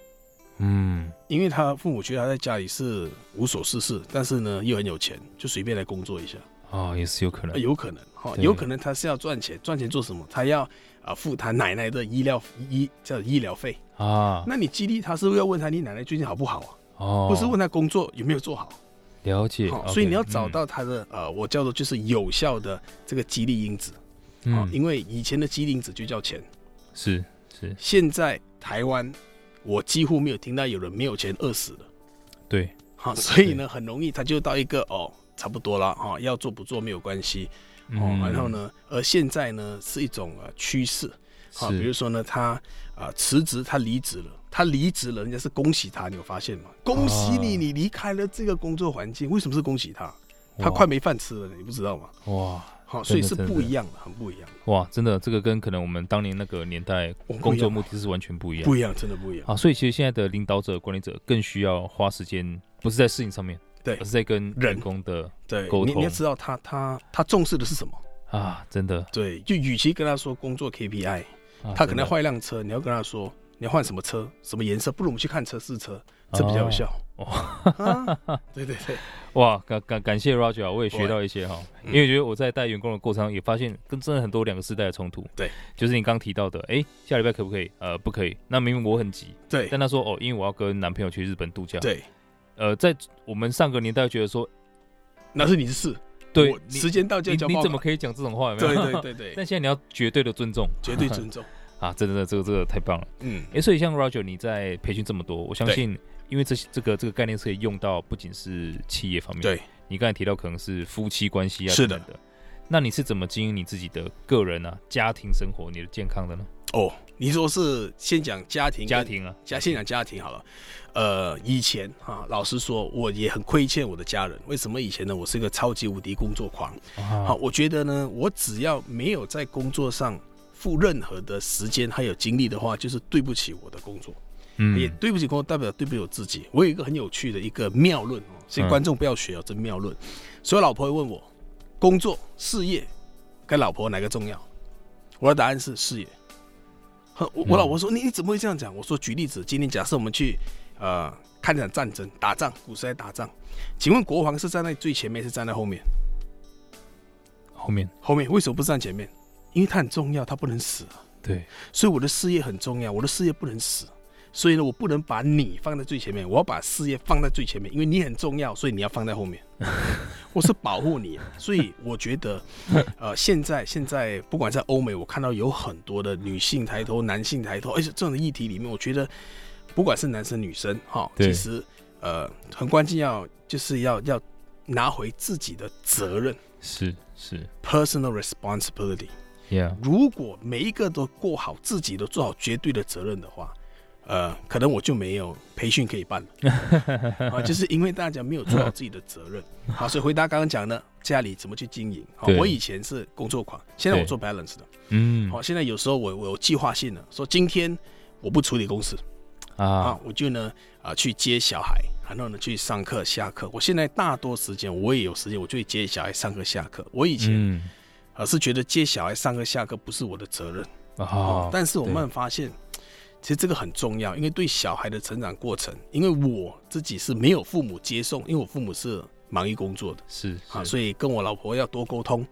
Speaker 1: 嗯，
Speaker 2: 因为他父母觉得他在家里是无所事事，但是呢又很有钱，就随便来工作一下，
Speaker 1: 哦，也是有可
Speaker 2: 呃、
Speaker 1: 能，
Speaker 2: 有可能哈、
Speaker 1: 对
Speaker 2: 有可能他是要赚钱，赚钱做什么？他要啊、付他奶奶的医疗医叫医疗费，
Speaker 1: 啊，
Speaker 2: 那你激励他是要问他你奶奶最近好不好啊，
Speaker 1: 哦，
Speaker 2: 不是问他工作有没有做好，
Speaker 1: 了解
Speaker 2: 好、。
Speaker 1: OK，
Speaker 2: 所以你要找
Speaker 1: 嗯
Speaker 2: 到它的、呃，我叫做就是有效的这个激励因子啊、
Speaker 1: 嗯，
Speaker 2: 因为以前的激励因子就叫钱，
Speaker 1: 是是，
Speaker 2: 现在台湾我几乎没有听到有人没有钱饿死的，
Speaker 1: 对，
Speaker 2: 好、所以呢很容易他就到一个哦差不多了哈、要做不做没有关系哦
Speaker 1: 嗯，
Speaker 2: 然后呢，而现在呢是一种呃趋势，好、比如
Speaker 1: 是
Speaker 2: 说呢他啊辞职，他离职了。他离职了，人家是恭喜他，你有发现吗？恭喜你，
Speaker 1: 哦
Speaker 2: 你离开了这个工作环境。为什么是恭喜他？他
Speaker 1: 哇
Speaker 2: 快没饭吃了，你不知道吗？
Speaker 1: 哇
Speaker 2: 好，所以是
Speaker 1: 真的
Speaker 2: 不一样的，很不一样，
Speaker 1: 哇，真的，这个跟可能我们当年那个年代
Speaker 2: 我们不
Speaker 1: 工
Speaker 2: 一
Speaker 1: 作
Speaker 2: 样
Speaker 1: 目的是完全不一样
Speaker 2: 不一样，真的不一样。
Speaker 1: 啊。所以其实现在的领导者、管理者更需要花时间，不是在事情上面，
Speaker 2: 对
Speaker 1: 而是在跟员
Speaker 2: 人
Speaker 1: 工的
Speaker 2: 对
Speaker 1: 沟，
Speaker 2: 你
Speaker 1: 通
Speaker 2: 你要知道他他他重视的是什么？
Speaker 1: 啊，真的，
Speaker 2: 对，就与其跟他说工作 KPI，
Speaker 1: 啊
Speaker 2: 他可能
Speaker 1: 真的
Speaker 2: 换一辆车，你要跟他说你要换什么车，什么颜色，不如我们去看车试车，这比较有效。
Speaker 1: 哦
Speaker 2: 啊对对对，
Speaker 1: 哇，感感感谢 Roger，啊我也学到一些哈，因
Speaker 2: 嗯
Speaker 1: 为我觉得我在带员工的过程中也发现跟真的很多两个世代的冲突。
Speaker 2: 对，
Speaker 1: 就是你刚提到的，哎、下礼拜可不可以？呃，不可以。那明明我很急，
Speaker 2: 对
Speaker 1: 但他说哦，因为我要跟男朋友去日本度假。，
Speaker 2: 对，
Speaker 1: 呃，在我们上个年代觉得说，
Speaker 2: 那是你的事。
Speaker 1: 对
Speaker 2: 我，
Speaker 1: 你
Speaker 2: 时间到就
Speaker 1: 你
Speaker 2: 要交
Speaker 1: 你
Speaker 2: 报
Speaker 1: 怎么
Speaker 2: 告。
Speaker 1: 可以讲这种话？有没有
Speaker 2: 对？对。
Speaker 1: (laughs)
Speaker 2: 对对，
Speaker 1: 但现在你要绝对的尊重
Speaker 2: 绝对尊重。
Speaker 1: (laughs) 啊！真的，这个这个太棒了。
Speaker 2: 嗯，
Speaker 1: 哎、所以像 Roger，你在培训这么多，我相
Speaker 2: 对
Speaker 1: 信，因为这些这个这个概念是可以用到不仅是企业方面，
Speaker 2: 对，
Speaker 1: 你刚才提到可能是夫妻关系啊，
Speaker 2: 是的
Speaker 1: 的。那你是怎么经营你自己的个人啊、家庭生活、你的健康的呢？
Speaker 2: 哦，你说是先讲家庭跟
Speaker 1: 家庭啊，
Speaker 2: 家先讲家庭好了，呃，以前啊，老实说，我也很亏欠我的家人。为什么以前呢？我是一个超级无敌工作狂。好，
Speaker 1: 好，
Speaker 2: 我觉得呢，我只要没有在工作上付任何的时间还有精力的话，就是对不起我的工作，也
Speaker 1: 嗯，
Speaker 2: 对不起工作，代表对不起我自己。我有一个很有趣的一个妙论哦，所以
Speaker 1: 嗯
Speaker 2: 观众不要学哦，这妙论。所以老婆会问我，工作、事业跟老婆哪个重要？我的答案是事业。呵我我
Speaker 1: 嗯
Speaker 2: 老婆说你你怎么会这样讲？我说举例子，今天假设我们去呃看场战争，打仗，古时来打仗，请问国王是站在最前面，还是站在后面？
Speaker 1: 后面
Speaker 2: 后面为什么不站前面？因为它很重要，它不能死啊、
Speaker 1: 对，
Speaker 2: 所以我的事业很重要，我的事业不能死。所以呢，我不能把你放在最前面，我要把事业放在最前面，因为你很重要，所以你要放在后面。我是保护你，所以我觉得，呃，现在现在不管在欧美，我看到有很多的女性抬头、男性抬头，而且这种的议题里面，我觉得不管是男生女生，哈，
Speaker 1: 对
Speaker 2: 其实呃，很关键要就是要要拿回自己的责任
Speaker 1: 是是
Speaker 2: （personal responsibility）。
Speaker 1: ，Yeah，
Speaker 2: 如果每一个都过好自己的，做好绝对的责任的话，呃，可能我就没有培训可以办了
Speaker 1: (laughs)
Speaker 2: 啊，就是因为大家没有做好自己的责任。好，所以回答刚刚讲的，家里怎么去经营？好
Speaker 1: 对，
Speaker 2: 我以前是工作狂，现在我做 balance 的。
Speaker 1: 嗯，
Speaker 2: 好，现在有时候我我有计划性的，说今天我不处理公事啊
Speaker 1: 啊，，
Speaker 2: 我就呢啊、去接小孩，然后呢去上课下课。我现在大多时间我也有时间，我就会接小孩上课下课。我以前
Speaker 1: 嗯，
Speaker 2: 啊、是觉得接小孩上课下课不是我的责任。
Speaker 1: 啊，，
Speaker 2: 哦但是我
Speaker 1: 对
Speaker 2: 慢慢发现，其实这个很重要，因为对小孩的成长过程，因为我自己是没有父母接送，因为我父母是忙于工作的
Speaker 1: 是
Speaker 2: 啊，
Speaker 1: 是
Speaker 2: 所以跟我老婆要多沟通。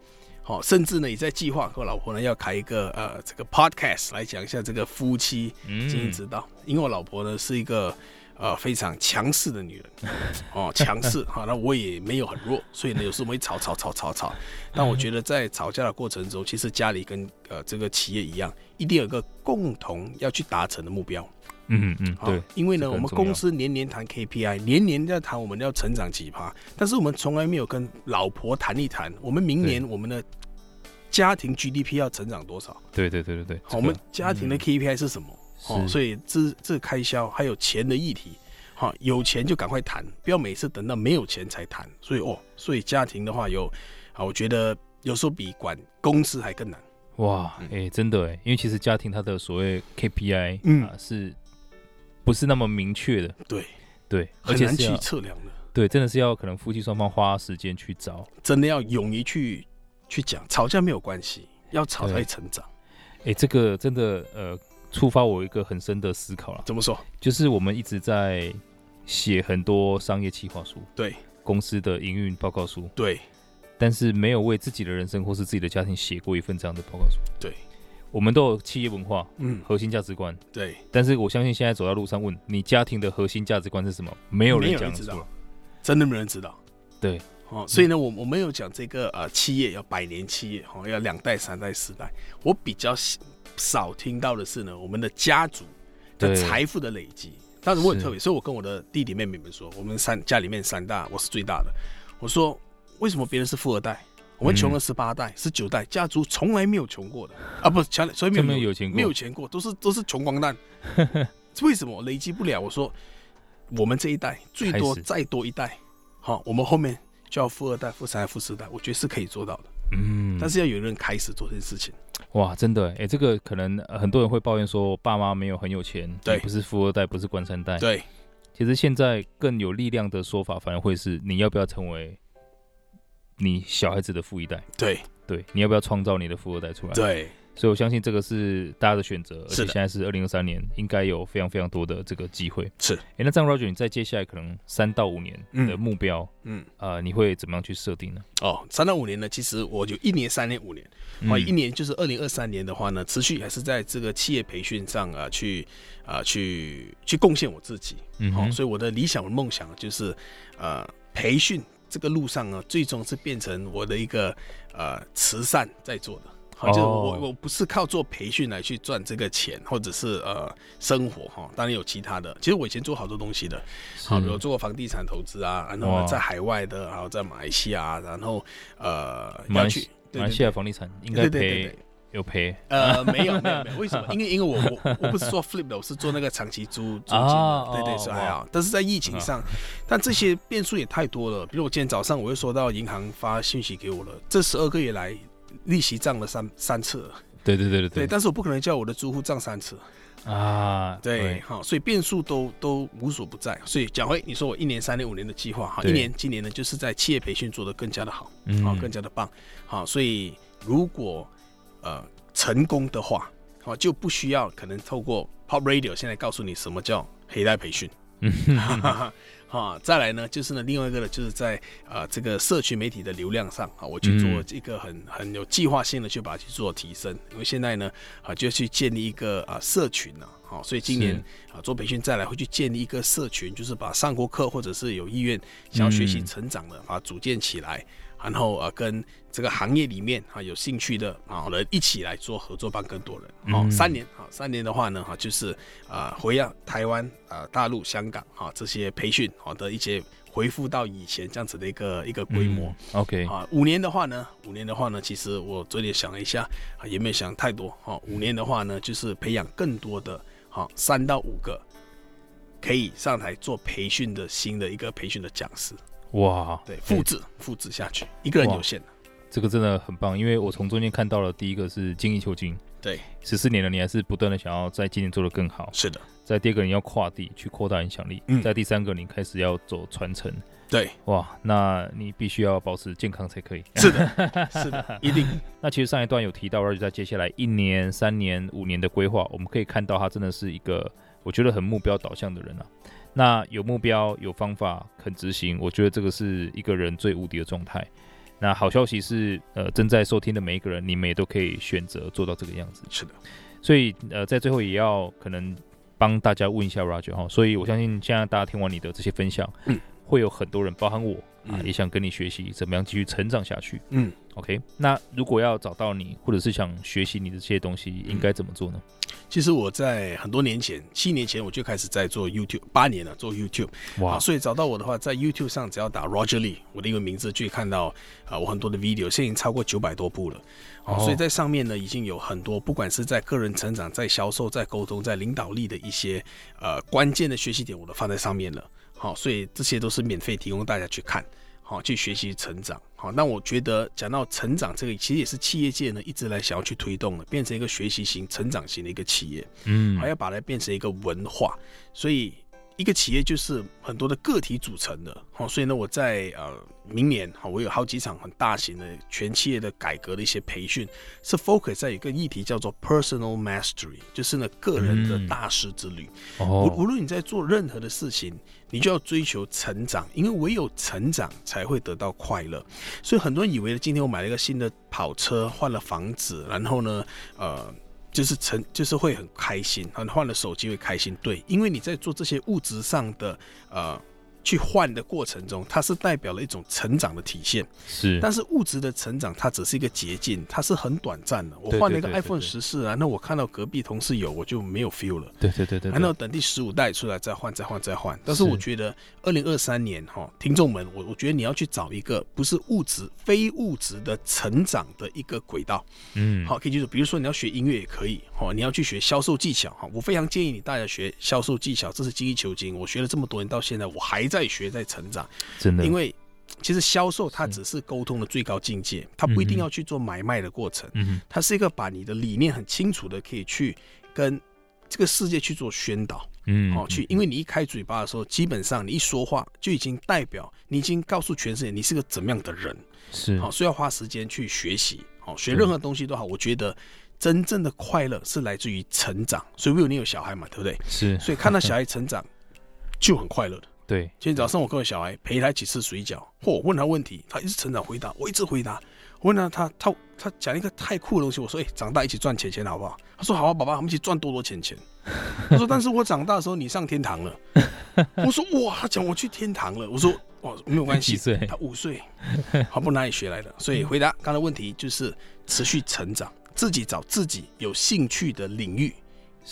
Speaker 2: 好、甚至呢也在计划和我老婆呢要开一个呃这个 podcast 来讲一下这个夫妻
Speaker 1: 嗯
Speaker 2: 经营之道，因为我老婆呢是一个呃非常强势的女人，
Speaker 1: (laughs)
Speaker 2: 哦强势 (laughs) 哈，那我也没有很弱，所以呢有时候我们会吵吵吵吵吵，但我觉得在吵架的过程中，其实家里跟呃这个企业一样，一定有一个共同要去达成的目标。
Speaker 1: 嗯嗯，
Speaker 2: 啊
Speaker 1: 对，
Speaker 2: 因为
Speaker 1: 这
Speaker 2: 呢，
Speaker 1: 个
Speaker 2: 我
Speaker 1: 很
Speaker 2: 们
Speaker 1: 重要
Speaker 2: 公司年年谈 KPI，年年要谈我们要成长几趴，但是我们从来没有跟老婆谈一谈，我们明年我们的家庭 GDP 要成长多少？
Speaker 1: 对对对对对，
Speaker 2: 好，我们家庭的
Speaker 1: 嗯
Speaker 2: KPI 是什么？哦，所
Speaker 1: 以
Speaker 2: 以这这开销还有钱的议题，哈、有钱就赶快谈，不要每次等到没有钱才谈。所以哦，所以家庭的话有，啊，我觉得有时候比管公司还更难。
Speaker 1: 哇，
Speaker 2: 嗯
Speaker 1: 哎，真的哎，因为其实家庭它的所谓 KPI，
Speaker 2: 嗯
Speaker 1: 啊，是不是那么明确的？
Speaker 2: 对，
Speaker 1: 对，而
Speaker 2: 很
Speaker 1: 且
Speaker 2: 难
Speaker 1: 是
Speaker 2: 去
Speaker 1: 要
Speaker 2: 测量的，
Speaker 1: 对，真的是要可能夫妻双方花时间去找。
Speaker 2: 真的要勇于去去讲，吵架没有关系，要吵才
Speaker 1: 对
Speaker 2: 会成长。
Speaker 1: 哎，这个真的呃，触发我一个很深的思考啦，
Speaker 2: 怎么说？
Speaker 1: 就是我们一直在写很多商业企划书，
Speaker 2: 对
Speaker 1: 公司的营运报告书，
Speaker 2: 对
Speaker 1: 但是没有为自己的人生或是自己的家庭写过一份这样的报告书。
Speaker 2: 对，
Speaker 1: 我们都有企业文化、
Speaker 2: 嗯，
Speaker 1: 核心价值观，
Speaker 2: 对，
Speaker 1: 但是我相信现在走到路上问你家庭的核心价值观是什么，没有人
Speaker 2: 没有
Speaker 1: 讲嗯
Speaker 2: 人
Speaker 1: 得出
Speaker 2: 知
Speaker 1: 来
Speaker 2: 道。真的没人知道。
Speaker 1: 对，
Speaker 2: 哦，所以呢，我我没有讲这个呃企业要百年企业，哦，要两代、三代、四代。我比较喜少听到的是呢，我们的家族的
Speaker 1: 对
Speaker 2: 财富的累积。当然我很
Speaker 1: 是
Speaker 2: 特别，所以我跟我的弟弟妹妹们说，我们三家里面三大，我是最大的。我说为什么别人是富二代，我们
Speaker 1: 嗯
Speaker 2: 穷了十八代、十九代，家族从来没有穷过的啊，不，从来从来
Speaker 1: 这么
Speaker 2: 没有
Speaker 1: 有钱过，
Speaker 2: 没有钱过，都是都是穷
Speaker 1: (laughs)
Speaker 2: 光蛋。为什么累积不了？我说我们这一代最多
Speaker 1: 开始
Speaker 2: 再多一代，好、我们后面就要富二代、富三代、富四代，我觉得是可以做到的。
Speaker 1: 嗯，
Speaker 2: 但是要有人开始做这件事情，
Speaker 1: 哇，真的，哎，这个可能呃很多人会抱怨说，爸妈没有很有钱，
Speaker 2: 对
Speaker 1: 也不是富二代，不是官三代。
Speaker 2: 对
Speaker 1: 其实现在更有力量的说法，反而会是你要不要成为你小孩子的富一代，
Speaker 2: 对
Speaker 1: 对，你要不要创造你的富二代出来？，
Speaker 2: 对，
Speaker 1: 所以我相信这个是大家的选择，而
Speaker 2: 是
Speaker 1: 且
Speaker 2: 的
Speaker 1: 现在是二零二三年，应该有非常非常多的这个机会。
Speaker 2: 是
Speaker 1: 哎，那这样 Roger，你在接下来可能三到五年的
Speaker 2: 嗯
Speaker 1: 目标，
Speaker 2: 嗯，
Speaker 1: 呃，你会怎么样去设定呢？
Speaker 2: 哦，三到五年呢，其实我就一年、三年、五年，
Speaker 1: 嗯
Speaker 2: 哦，一年就是二零二三年的话呢，持续还是在这个企业培训上啊，去啊去去贡献我自己。
Speaker 1: 嗯
Speaker 2: 好、
Speaker 1: 哼
Speaker 2: 所以我的理想和梦想就是，呃，培训这个路上呢，最终是变成我的一个呃慈善在做的。好，就是我
Speaker 1: 哦
Speaker 2: 我不是靠做培训来去赚这个钱，或者是呃生活哈、当然有其他的。其实我以前做好多东西的，好，比如做过房地产投资啊，然后
Speaker 1: 嗯哇
Speaker 2: 呢在海外的，然后在马来西亚，然后呃
Speaker 1: 马
Speaker 2: 要
Speaker 1: 来
Speaker 2: 去
Speaker 1: 西马来西
Speaker 2: 亚
Speaker 1: 亚房地产应该
Speaker 2: 对对对
Speaker 1: 赔
Speaker 2: 对，
Speaker 1: 有赔 (laughs)
Speaker 2: 呃，没有没有没有，为什么？因为因为我我我不是做 flip 的，我是做那个长期租租金
Speaker 1: 啊
Speaker 2: 的，对对
Speaker 1: 哦嗯
Speaker 2: 是还好。但是在疫情上，但这些变数也太多了。比如我今天早上我又收到银行发信息给我了，这十二个月来利息涨了三三次了，
Speaker 1: 对对对
Speaker 2: 对，
Speaker 1: 对
Speaker 2: 但是我不可能叫我的租户涨三次，
Speaker 1: 啊，
Speaker 2: 对，，好，所以变数都都无所不在。所以讲回你说我一年、三年、五年的计划，哈，
Speaker 1: 对
Speaker 2: 一年今年呢就是在企业培训做得更加的好，
Speaker 1: 嗯
Speaker 2: 好，更加的棒，好，所以如果呃成功的话，好就不需要可能透过 Pop Radio 现在告诉你什么叫黑带
Speaker 1: (laughs)
Speaker 2: 培训，哈，再来呢就是呢另外一个呢就是在呃这个社区媒体的流量上啊，我去做
Speaker 1: 嗯
Speaker 2: 一个很很有计划性的去把它去做提升，因为现在呢啊就去建立一个啊社群啊，好，所以今年啊做培训再来会去建立一个社群，就是把上过课或者是有意愿想要学习
Speaker 1: 嗯
Speaker 2: 成长的，把它组建起来，然后呃跟这个行业里面啊有兴趣的啊人一起来做合作，帮更多人。好、
Speaker 1: 嗯
Speaker 2: 三年啊，三年的话呢，哈、就是啊、回到台湾啊、大陆、香港啊这些培训好、的一些回复到以前这样子的一个一个规模。
Speaker 1: 嗯 OK，
Speaker 2: 啊，五年的话呢，五年的话呢，其实我昨天想了一下，啊、也没有想太多哈、五年的话呢，就是培养更多的哈三、到五个可以上台做培训的新的一个培训的讲师，
Speaker 1: 哇，
Speaker 2: 对，复制复制下去，一个人有限的，
Speaker 1: 这个真的很棒，因为我从中间看到了第一个是精益求精，
Speaker 2: 对，
Speaker 1: 十四年了，你还是不断的想要在今年做得更好。
Speaker 2: 是的，
Speaker 1: 在第二个，你要跨地去扩大影响力；
Speaker 2: 嗯
Speaker 1: 在第三个，你开始要走传承。
Speaker 2: (laughs) 对，
Speaker 1: 哇，那你必须要保持健康才可以。
Speaker 2: 是的，是的，一定，
Speaker 1: 那其实上一段有提到，而且在接下来一年、三年、五年的规划，我们可以看到他真的是一个我觉得很目标导向的人啊。那有目标、有方法、肯执行，我觉得这个是一个人最无敌的状态。那好消息是，呃，正在收听的每一个人，你们也都可以选择做到这个样子。
Speaker 2: 是的，
Speaker 1: 所以，呃，在最后也要可能帮大家问一下 Roger 哈。所以我相信现在大家听完你的这些分享，
Speaker 2: 嗯
Speaker 1: 会有很多人，包含我啊，
Speaker 2: 嗯
Speaker 1: 也想跟你学习怎么样继续成长下去。
Speaker 2: 嗯。
Speaker 1: OK，那如果要找到你，或者是想学习你的这些东西，应该怎么做呢？
Speaker 2: 其实我在很多年前，七年前我就开始在做 YouTube，八年了做 YouTube 啊，所以找到我的话，在 YouTube 上只要打 Roger Lee 我的英文名字，就可以看到啊我很多的 video，现在已经超过九百多部了。哦
Speaker 1: 哦，
Speaker 2: 所以在上面呢，已经有很多，不管是在个人成长、在销售、在沟通、在领导力的一些呃关键的学习点，我都放在上面了。好，所以这些都是免费提供大家去看，好去学习成长。好，那我觉得讲到成长这个，其实也是企业界呢一直来想要去推动的，变成一个学习型、成长型的一个企业。
Speaker 1: 嗯
Speaker 2: 还要把它变成一个文化，所以一个企业就是很多的个体组成的。好、所以呢，我在呃明年哈、我有好几场很大型的全企业的改革的一些培训，是 focus 在一个议题叫做 personal mastery，就是呢个人的
Speaker 1: 嗯
Speaker 2: 大师之旅。无
Speaker 1: 哦，
Speaker 2: 无论你在做任何的事情，你就要追求成长，因为唯有成长才会得到快乐。所以很多人以为今天我买了一个新的跑车，换了房子，然后呢，呃。就是成，就是会很开心，啊，换了手机会开心。对，因为你在做这些物质上的呃去换的过程中，它是代表了一种成长的体现。
Speaker 1: 是，
Speaker 2: 但是物质的成长，它只是一个捷径，它是很短暂的。我
Speaker 1: 对
Speaker 2: 换
Speaker 1: 对
Speaker 2: 了一个
Speaker 1: 对对
Speaker 2: iPhone
Speaker 1: 对
Speaker 2: 十四啊，那我看到隔壁同事有，我就没有 feel 了。
Speaker 1: 对对对对，
Speaker 2: 还
Speaker 1: 对
Speaker 2: 要等第十五代出来再换，再换，再换。但是
Speaker 1: 是
Speaker 2: 我觉得二零二三年哈，听众们，我我觉得你要去找一个不是物质、非物质的成长的一个轨道。
Speaker 1: 嗯，
Speaker 2: 好，可以记住，比如说你要学音乐也可以，哦，你要去学销售技巧，哈，我非常建议你大家学销售技巧，这是精益求精。我学了这么多年，到现在我还在学，在成长，
Speaker 1: 真的，
Speaker 2: 因为其实销售
Speaker 1: 嗯
Speaker 2: 它只是沟通的最高境界，它不一定要去做买卖的过程，
Speaker 1: 嗯哼
Speaker 2: 它是一个把你的理念很清楚的可以去跟这个世界去做宣导。
Speaker 1: 嗯，
Speaker 2: 哦，去，因为你一开嘴巴的时候，基本上你一说话就已经代表你已经告诉全世界你是个怎么样的人，
Speaker 1: 是
Speaker 2: 好、所以要花时间去学习，好、学任何东西都好，我觉得真正的快乐是来自于成长。所以 Will 你有小孩嘛，对不对？
Speaker 1: 是，
Speaker 2: 所以看到小孩成长就很快乐的。
Speaker 1: 对，
Speaker 2: 今天早上我跟我小孩陪他一起吃水饺，嚯、问他问题，他一直成长回答，我一直回答。我问他他他他讲一个太酷的东西，我说哎、长大一起赚钱钱好不好？他说好啊，爸爸，我们一起赚多多钱钱。他说但是我长大的时候你上天堂了。我说哇，他讲我去天堂了。我说哇，没有关系
Speaker 1: 几，岁？
Speaker 2: 他五岁，他不哪里学来的？所以回答刚才问题就是持续成长，自己找自己有兴趣的领域，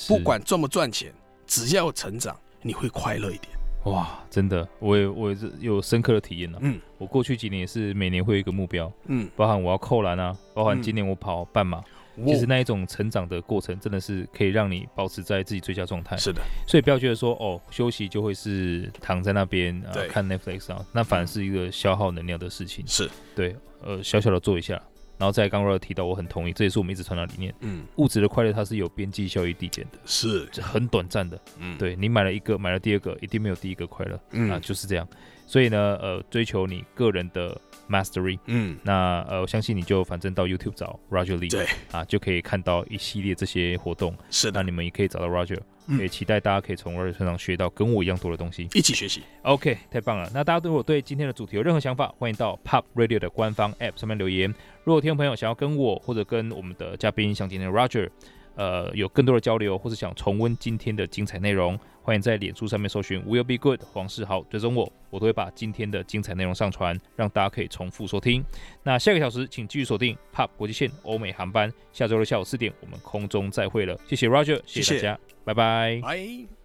Speaker 2: 不
Speaker 1: 是
Speaker 2: 管赚不赚钱，只要有成长，你会快乐一点。
Speaker 1: 哇，真的，我也我也是有深刻的体验了。啊
Speaker 2: 嗯
Speaker 1: 我过去几年也是每年会有一个目标，
Speaker 2: 嗯，
Speaker 1: 包含我要扣篮啊，包含
Speaker 2: 嗯
Speaker 1: 今年我跑半马，
Speaker 2: 我
Speaker 1: 其实那一种成长的过程，真的是可以让你保持在自己最佳状态。
Speaker 2: 是的，
Speaker 1: 所以不要觉得说哦，休息就会是躺在那边啊、
Speaker 2: 对
Speaker 1: 看 Netflix 啊，那反而是一个消耗能量的事情。
Speaker 2: 是，
Speaker 1: 对，呃，小小的做一下。然后在刚刚提到，我很同意，这也是我们一直传达理念。
Speaker 2: 嗯，
Speaker 1: 物质的快乐它是有边际效益递减的，
Speaker 2: 是，
Speaker 1: 这很短暂的。
Speaker 2: 嗯，，
Speaker 1: 对你买了一个，买了第二个，一定没有第一个快乐。啊，
Speaker 2: 嗯，
Speaker 1: 就是这样。所以呢，呃，追求你个人的 mastery，
Speaker 2: 嗯，
Speaker 1: 那呃，我相信你就反正到 YouTube 找 Roger Lee，
Speaker 2: 对，
Speaker 1: 啊，就可以看到一系列这些活动。
Speaker 2: 是
Speaker 1: 那
Speaker 2: 的，
Speaker 1: 你们也可以找到 Roger，
Speaker 2: 嗯
Speaker 1: 也期待大家可以从 Roger 身上学到跟我一样多的东西。
Speaker 2: 一起学习，
Speaker 1: OK，太棒了！那大家如果对今天的主题有任何想法，欢迎到 Pop Radio 的官方 App 上面留言。如果听众朋友想要跟我或者跟我们的嘉宾，像今天的 Roger，呃，有更多的交流，或者想重温今天的精彩内容，欢迎在脸书上面搜寻 Will Be Good 黄世豪追踪我，我都会把今天的精彩内容上传，让大家可以重复收听。那下个小时请继续锁定 Pop 国际线欧美航班，下周六下午四点我们空中再会了。谢谢 Roger，谢谢
Speaker 2: 谢谢
Speaker 1: 大家，拜拜。
Speaker 2: 拜。